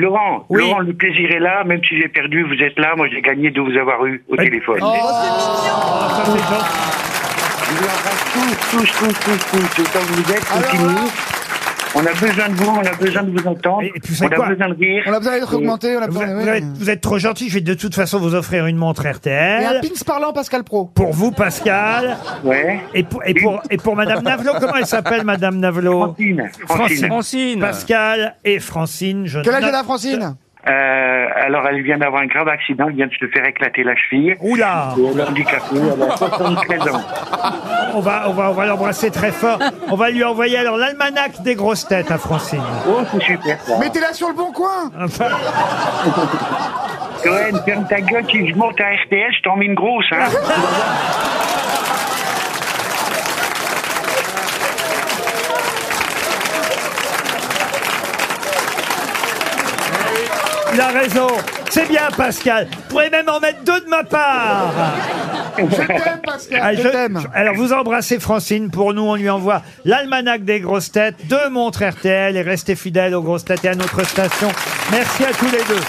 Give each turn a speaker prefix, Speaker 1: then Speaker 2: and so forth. Speaker 1: Laurent, Laurent, le plaisir est là, même si j'ai perdu, vous êtes là, moi j'ai gagné de vous avoir eu
Speaker 2: Euh,
Speaker 1: au téléphone.
Speaker 2: oh. Ah,
Speaker 1: Je vous embrasse tous, tous, tous, tous, tous, autant que vous êtes, continuez. On a besoin de vous, on a besoin de vous entendre,
Speaker 3: Et puis, vous
Speaker 1: on
Speaker 3: savez
Speaker 1: a
Speaker 3: quoi
Speaker 1: besoin de rire.
Speaker 2: On a besoin d'être
Speaker 1: Et-
Speaker 2: augmenté, on a
Speaker 3: Vous,
Speaker 2: besoin
Speaker 3: vous êtes, vous êtes trop gentil, je vais de toute façon vous offrir une montre
Speaker 2: ah, Et un
Speaker 3: RTL.
Speaker 2: pins parlant, Pascal Pro.
Speaker 3: Pour vous, Pascal.
Speaker 1: Ouais.
Speaker 3: Et pour, et pour, et pour Madame Navelot, comment elle s'appelle, Madame Navelot
Speaker 1: Francine,
Speaker 2: Oh.
Speaker 1: Francine.
Speaker 4: Francine.
Speaker 3: Pascal et Francine. Je
Speaker 2: Quel âge
Speaker 3: note-
Speaker 2: a la Francine
Speaker 1: Euh, alors elle vient d'avoir un grave accident, elle vient de se faire éclater la cheville.
Speaker 3: Oula
Speaker 1: Et elle est handicapée, elle a 73 ans.
Speaker 3: On va, on va, on va l'embrasser très fort. On va lui envoyer alors l'almanach des grosses têtes à Francine.
Speaker 1: Oh, c'est super ça.
Speaker 2: Mettez-la sur le bon coin
Speaker 3: Enfin,
Speaker 1: Cohen, ferme ta gueule, si je monte à RTL, je t'en mets une grosse. Hein.
Speaker 3: il a raison. C'est bien, Pascal. Vous pourrez même en mettre deux de ma part.
Speaker 2: Je t'aime,
Speaker 3: Ah,
Speaker 2: Pascal,
Speaker 3: je-
Speaker 2: je t'aime.
Speaker 3: alors, vous embrassez Francine. Pour nous, on lui envoie l'almanach des grosses têtes, deux montres RTL et restez fidèles aux grosses têtes et à notre station. Merci à tous les deux.